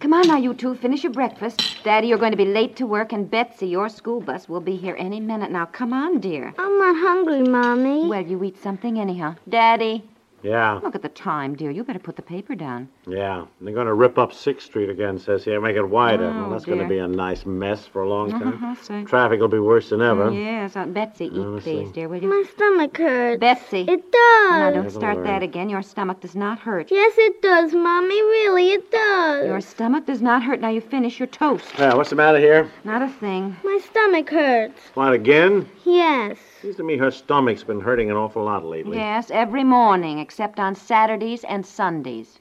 Come on now, you two. Finish your breakfast. Daddy, you're going to be late to work, and Betsy, your school bus, will be here any minute now. Come on, dear. I'm not hungry, Mommy. Well, you eat something anyhow. Daddy, Yeah, look at the time, dear. You better put the paper down. yeah. They're going to rip up Sixth Street again, says here, make it wider. Oh, well, that's going dear. to be a nice mess for a long Uh-huh, time. sir. Traffic will be worse than ever. Yes, uh, Betsy, eat, Let me please, see. dear, will you? My stomach hurts. Betsy. It Now, don't does. Have a start word. that again. Your stomach does not hurt. yes, it does, Mommy. Really, it does. Your stomach does not hurt. Now, you finish your toast. Yeah, what's the matter here? Not a thing. My stomach hurts. What, again? Yes. Seems to me her stomach's been hurting an awful lot lately. Yes, every morning, except on Saturdays and Sundays.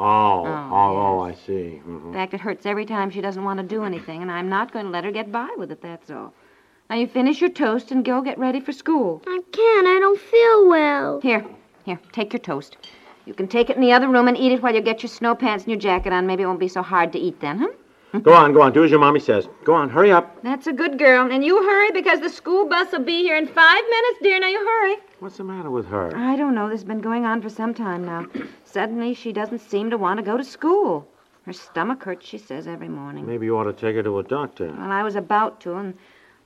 Oh, oh, Oh, oh, I see. hmm In fact, it hurts every time she doesn't want to do anything, and I'm not going to let her get by with it, that's all. Now, you finish your toast and go get ready for school. I can't. I don't feel well. Here, here, take your toast. You can take it in the other room and eat it while you get your snow pants and your jacket on. Maybe it won't be so hard to eat then, huh? Go on, go on. Do as your mommy says. Go on, hurry up. That's a good girl. And you hurry because the school bus will be here in five minutes, dear. Now, you hurry. What's the matter with her? I don't know. This has been going on for some time now. Suddenly, she doesn't seem to want to go to school. Her stomach hurts, she says, every morning. Maybe you ought to take her to a doctor. Well, I was about to, and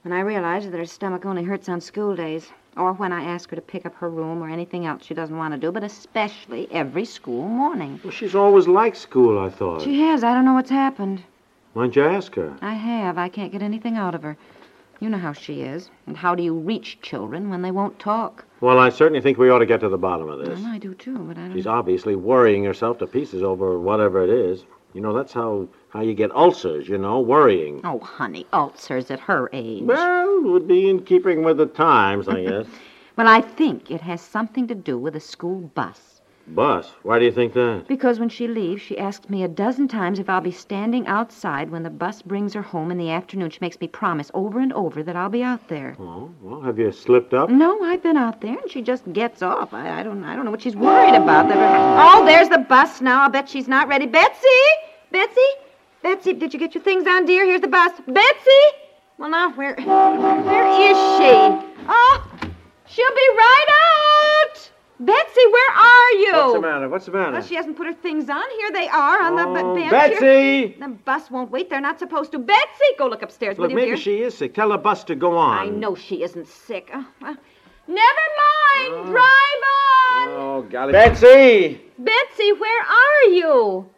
when I realized that her stomach only hurts on school days, or when I ask her to pick up her room or anything else she doesn't want to do, but especially every school morning. Well, she's always liked school, I thought. She has. I don't know what's happened. Why don't you ask her? I have. I can't get anything out of her. You know how she is. And how do you reach children when they won't talk? Well, I certainly think we ought to get to the bottom of this. Well, I do too, but I don't. She's obviously worrying herself to pieces over whatever it is. You know, that's how, how you get ulcers, you know, worrying. Oh, honey, ulcers at her age. Well, it would be in keeping with the times, I guess. Well, I think it has something to do with a school bus. Bus, why do you think that? Because when she leaves, she asks me a dozen times if I'll be standing outside when the bus brings her home in the afternoon. She makes me promise over and over that I'll be out there. Oh, well, have you slipped up? No, I've been out there, and she just gets off. I, I don't, I don't know what she's worried about. That- Oh, there's the bus now. I'll bet she's not ready. Betsy, Betsy, Betsy, did you get your things on, dear? Here's the bus. Betsy. Well, now where, where is she? Oh, she'll be right out. Betsy, where are you? What's the matter? What's the matter? Well, she hasn't put her things on. Here they are on the Oh, b- bench. Here. Betsy! The bus won't wait. They're not supposed to. Betsy, go look upstairs, Look, will you, maybe dear? she is sick. Tell the bus to go on. I know she isn't sick. Oh, well, Never mind. Drive on. Oh, golly. Betsy! Betsy, where are you?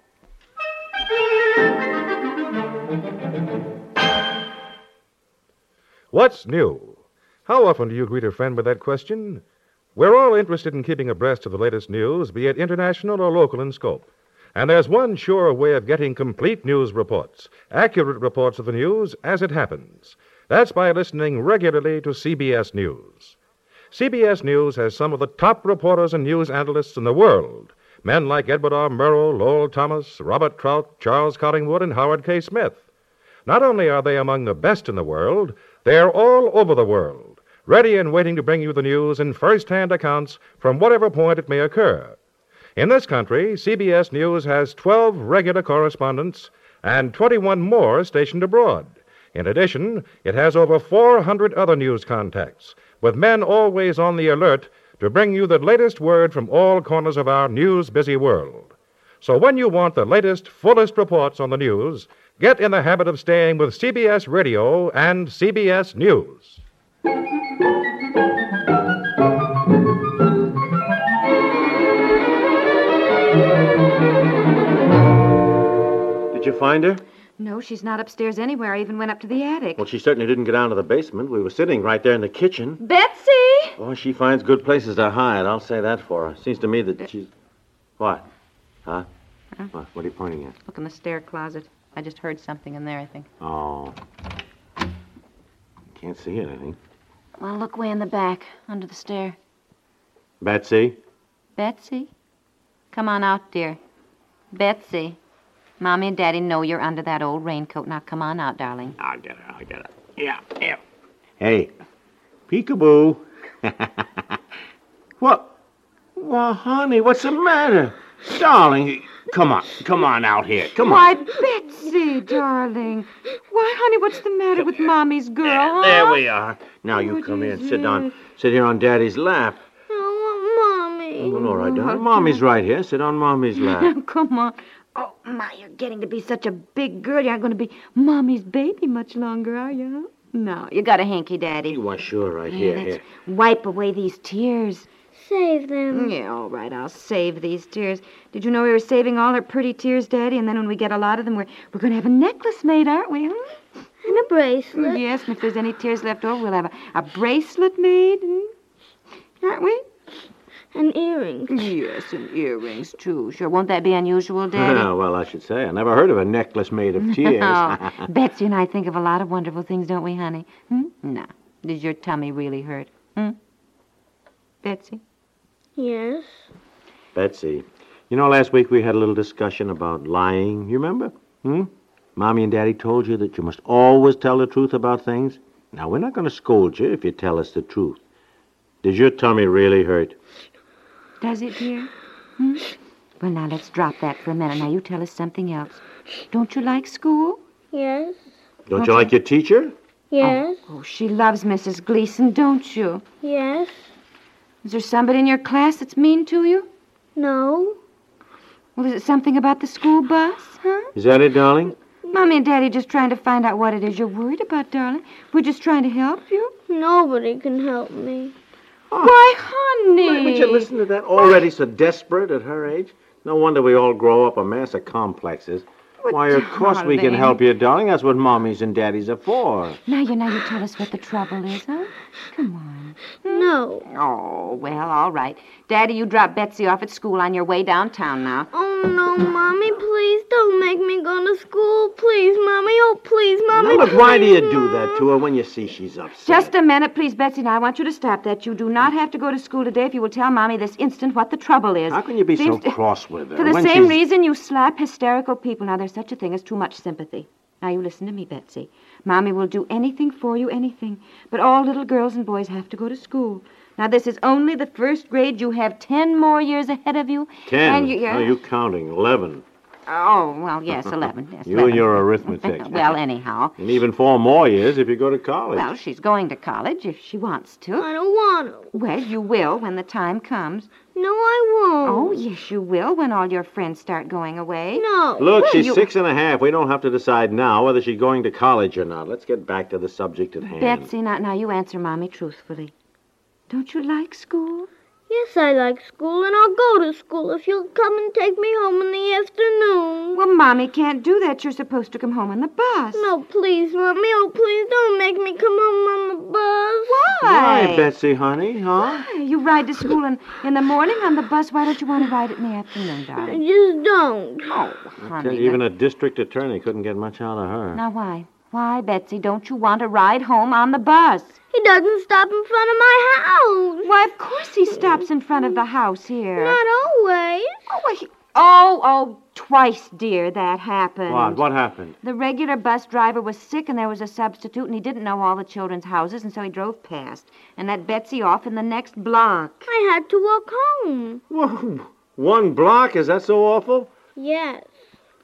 What's new? How often do you greet a friend with that question? We're all interested in keeping abreast of the latest news, be it international or local in scope. And there's one sure way of getting complete news reports, accurate reports of the news as it happens. That's by listening regularly to CBS News. CBS News has some of the top reporters and news analysts in the world. Men like Edward R. Murrow, Lowell Thomas, Robert Trout, Charles Collingwood, and Howard K. Smith. Not only are they among the best in the world, they're all over the world, ready and waiting to bring you the news in first hand accounts from whatever point it may occur. In this country, CBS News has 12 regular correspondents and 21 more stationed abroad. In addition, it has over 400 other news contacts, with men always on the alert to bring you the latest word from all corners of our news busy world. So when you want the latest, fullest reports on the news, get in the habit of staying with CBS Radio and CBS News. Did you find her? No, she's not upstairs anywhere. I even went up to the attic. Well, she certainly didn't get down to the basement. We were sitting right there in the kitchen. Betsy! Boy, she finds good places to hide. I'll say that for her. Seems to me that she's. What? Huh? What, what are you pointing at? Look in the stair closet. I just heard something in there, I think. Oh. Can't see anything. Well, look way in the back, under the stair. Betsy? Betsy? Come on out, dear. Betsy. Mommy and Daddy know you're under that old raincoat. Now come on out, darling. I'll get her. I'll get her. Yeah, yeah. Hey, peekaboo. what? Well, honey, what's the matter? Darling, come on. Come on out here. Come on. Why, Betsy, darling. Why, honey, what's the matter with Mommy's girl? There, huh? there we are. Now you What come is in. Sit down. it? Sit here on Daddy's lap. I want mommy. Well, all right, Mm, darling. Mommy's right here. Sit on Mommy's lap. Now, come on. Oh, my, you're getting to be such a big girl. You aren't going to be Mommy's baby much longer, are you? huh? No, you got a hanky, Daddy. Why, sure, right Yeah, here. that's- here. Wipe away these tears. Save them. Yeah, all right, I'll save these tears. Did you know we were saving all our pretty tears, Daddy? And then when we get a lot of them, we're, we're going to have a necklace made, aren't we, huh? And a bracelet. Yes, and if there's any tears left over, we'll have a, a bracelet made, hmm? aren't we? And earrings. Yes, and earrings, too. Sure, won't that be unusual, Daddy? Ah, well, I should say. I never heard of a necklace made of tears. Oh, Betsy and I think of a lot of wonderful things, don't we, honey? Hmm? No. Does your tummy really hurt? Hmm? Betsy? Yes. Betsy, you know, last week we had a little discussion about lying. You remember? Hmm? Mommy and Daddy told you that you must always tell the truth about things. Now, we're not going to scold you if you tell us the truth. Does your tummy really hurt? Does it, dear? Hmm? Well, now let's drop that for a minute. Now you tell us something else. Don't you like school? Yes. Don't you like your teacher? Yes. Oh, she loves Mrs. Gleason, don't you? Yes. Is there somebody in your class that's mean to you? No. Was it something about the school bus, huh? Is that it, darling? Mommy and Daddy just trying to find out what it is you're worried about, darling. We're just trying to help you. Nobody can help me. Oh. Why, honey? Would you listen to that? Already so desperate at her age? No wonder we all grow up a mass of complexes. Why, of course we can darling. help you, darling. That's what mommies and daddies are for. Now you now you tell us what the trouble is, huh? Come on. No. Oh, well, all right. Daddy, you drop Betsy off at school on your way downtown now. Oh no, mommy, please don't make me go to school. Please, mommy. Oh, please, mommy. Now, look, why do you please, do that to her when you see she's upset? Just a minute, please, Betsy. Now I want you to stop that. You do not have to go to school today if you will tell Mommy this instant what the trouble is. How can you be so Seems to- cross with her? For the when same she's- reason you slap hysterical people. Now, there's such a thing as too much sympathy. Now, you listen to me, Betsy. Mommy will do anything for you, anything. But all little girls and boys have to go to school. Now, this is only the first grade. You have ten more years ahead of you. Ten. And you, yeah. How are you counting? Eleven. Oh, well, yes, 11. Yes, You 11. and your arithmetic. well, anyhow. and even four more years if you go to college. Well, she's going to college if she wants to. I don't want to. Well, you will when the time comes. No, I Oh, won't. yes, you will when all your friends start going away. No. Look, well, she's you- six and a half. We don't have to decide now whether she's going to college or not. Let's get back to the subject at hand. Betsy, now, now you answer Mommy truthfully. Don't you like school? Yes, I like school, and I'll go to school if you'll come and take me home in the afternoon. Well, Mommy can't do that. You're supposed to come home on the bus. No, please, Mommy. Oh, please don't make me come home on the bus. Why? Why, Betsy, honey, huh? Why? You ride to school in, in the morning on the bus. Why don't you want to ride it in the afternoon, I darling? just don't. Oh, Tell honey. you, Even a district attorney couldn't get much out of her. Now, why? Why, Betsy, don't you want to ride home on the bus? He doesn't stop in front of my house. Why, of course he stops in front of the house here. Not always. Oh, well, he- oh, oh, twice, dear, that happened. What? What happened? The regular bus driver was sick and there was a substitute, and he didn't know all the children's houses, and so he drove past and let Betsy off in the next block. I had to walk home. Whoa, one block? Is that so awful? Yes.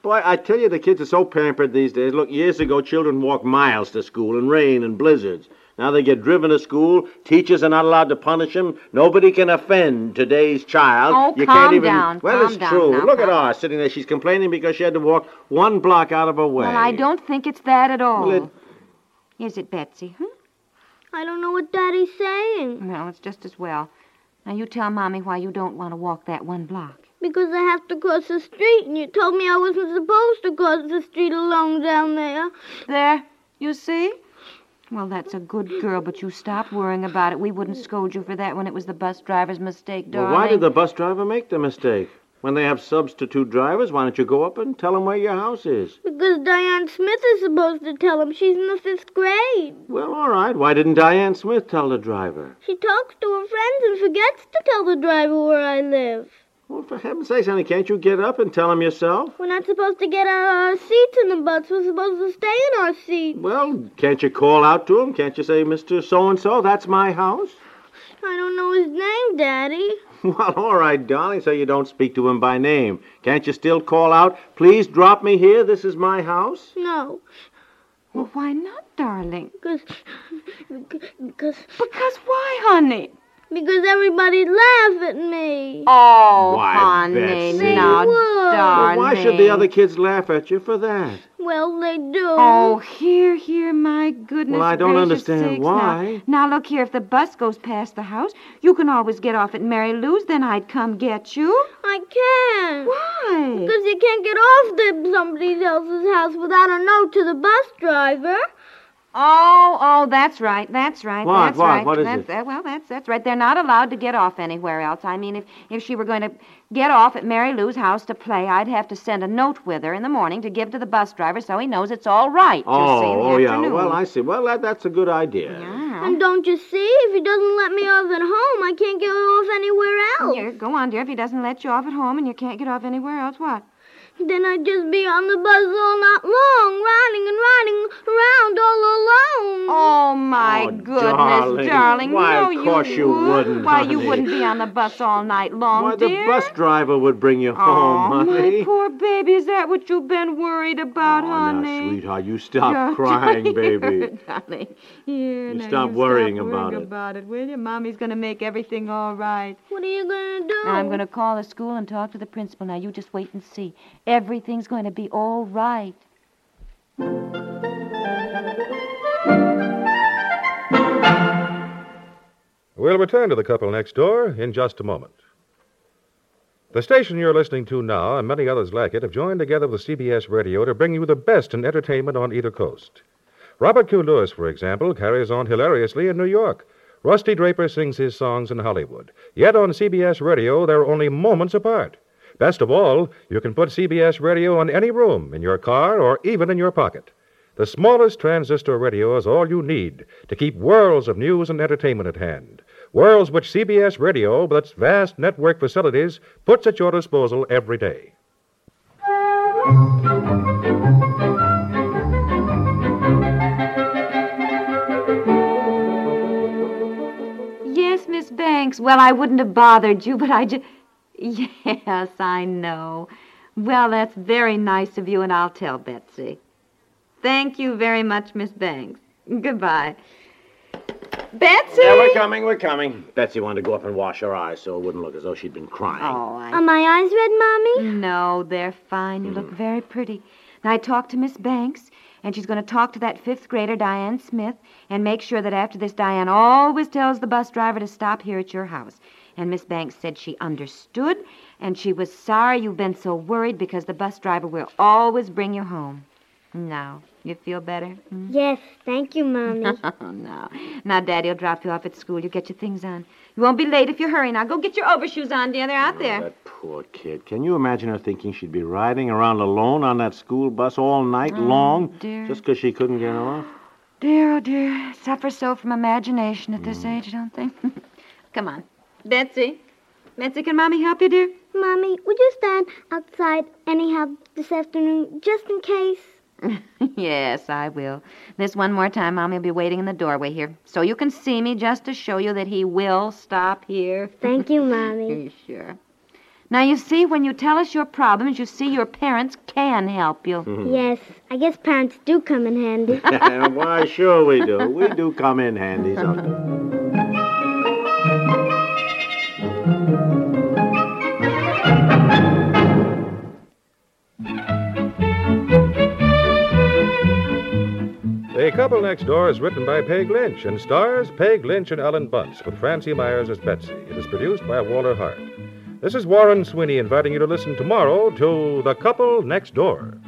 Boy, I tell you, the kids are so pampered these days. Look, years ago, children walked miles to school in rain and blizzards. Now they get driven to school. Teachers are not allowed to punish them. Nobody can offend today's child. Oh, you calm can't even. down, Well, calm it's down true. now, Look at calm- ours sitting there. She's complaining because she had to walk one block out of her way. Well, I don't think it's that at all. Well, it- Is it, Betsy? Hmm? I don't know what Daddy's saying Well, it's just as well. Now, you tell Mommy why you don't want to walk that one block. because I have to cross the street, and you told me I wasn't supposed to cross the street alone down there. There, you see? Well, that's a good girl, but you stop worrying about it. We wouldn't scold you for that when it was the bus driver's mistake, Well, darling. why did the bus driver make the mistake? When they have substitute drivers, why don't you go up and tell them where your house is? Because Diane Smith is supposed to tell him she's in the fifth grade. Well, all right. Why didn't Diane Smith tell the driver? She talks to her friends and forgets to tell the driver where I live. Well, for heaven's sake, honey, can't you get up and tell him yourself? We're not supposed to get out of our seats in the bus. We're supposed to stay in our seats. Well, can't you call out to him? Can't you say, Mr. So and so, that's my house? I don't know his name, Daddy. Well, all right, darling, so you don't speak to him by name. Can't you still call out, please drop me here, this is my house? No, Well, why not, darling? because because Because why, honey? because everybody laugh at me. Oh, Why, honey, Betsy. now, They would. Well, darling. why should the other kids laugh at you for that? Well, they do. Oh, here, here, my goodness. Well, I don't gracious understand sakes, why. Now, now, look here. If the bus goes past the house, you can always get off at Mary Lou's. Then I'd come get you. I can't. Why? Because you can't get off the, somebody else's house without a note to the bus driver. Oh, oh, that's right, that's right, What, that's what, right. what is that's, it? that- well, that's that's right. They're not allowed to get off anywhere else. I mean, if if she were going to get off at Mary Lou's house to play, I'd have to send a note with her in the morning to give to the bus driver so he knows it's all right. you see, in Oh, the oh yeah. afternoon. Well, I see. Well, that, that's a good idea. Yeah. And don't you see? If he doesn't let me off at home, I can't get off anywhere else. Here, go on, dear. If he doesn't let you off at home and you can't get off anywhere else, what? Then I'd just be on the bus all night long, riding and riding around all alone. Oh my Oh, goodness, darling. darling! Why, no, of course you wouldn't, Why honey. you wouldn't be on the bus all night long, Why, Oh, dear? the bus driver would bring you home, Oh, honey. my poor baby, is that what you've been worried about, Oh, honey? now, sweetheart, you stop Yeah, crying, dear, baby. Darling. Here, You now stop worrying stop about worrying it. about it, will you? Mommy's going to make everything all right. What are you gonna do? Now, I'm going to call the school and talk to the principal. Now, you just wait and see. Everything's going to be all right. We'll return to the couple next door in just a moment. The station you're listening to now and many others like it have joined together with CBS Radio to bring you the best in entertainment on either coast. Robert Q. Lewis, for example, carries on hilariously in New York. Rusty Draper sings his songs in Hollywood. Yet on CBS Radio, they're only moments apart. Best of all, you can put CBS Radio in any room, in your car, or even in your pocket. The smallest transistor radio is all you need to keep worlds of news and entertainment at hand. Worlds which CBS Radio, with its vast network facilities, puts at your disposal every day. Yes, Miss Banks. Well, I wouldn't have bothered you, but I just. Yes, I know. Well, that's very nice of you, and I'll tell Betsy. Thank you very much, Miss Banks. Goodbye. Betsy! Yeah, we're coming, we're coming. Betsy wanted to go up and wash her eyes so it wouldn't look as though she'd been crying. Oh, I Are my eyes red, Mommy? No, they're fine. You look very pretty. And I talked to Miss Banks, and she's going to talk to that fifth grader, Diane Smith, and make sure that after this, Diane always tells the bus driver to stop here at your house. And Miss Banks said she understood, and she was sorry you've been so worried because the bus driver will always bring you home. Now, you feel better? Hmm? Yes, thank you, Mommy. Oh, no. Now, Daddy'll drop you off at school. You get your things on. You won't be late if you hurry. Now, go get your overshoes on, dear. They're out there. That poor kid. Can you imagine her thinking she'd be riding around alone on that school bus all night long Oh, dear. just because she couldn't get off? Dear, oh dear, suffer so from imagination at this age, don't they? Come on. Betsy. Betsy, can Mommy help you, dear? Mommy, would you stand outside anyhow this afternoon, just in case? yes, I will. This one more time, Mommy will be waiting in the doorway here. So you can see me just to show you that he will stop here. Thank you, Mommy. you sure? Now, you see, when you tell us your problems, you see your parents can help you. yes, I guess parents do come in handy. Why, sure we do. We do come in handy sometimes. The Couple Next Door is written by Peg Lynch and stars Peg Lynch and Ellen Bunce with Francie Myers as Betsy. It is produced by Walter Hart. This is Warren Sweeney inviting you to listen tomorrow to The Couple Next Door.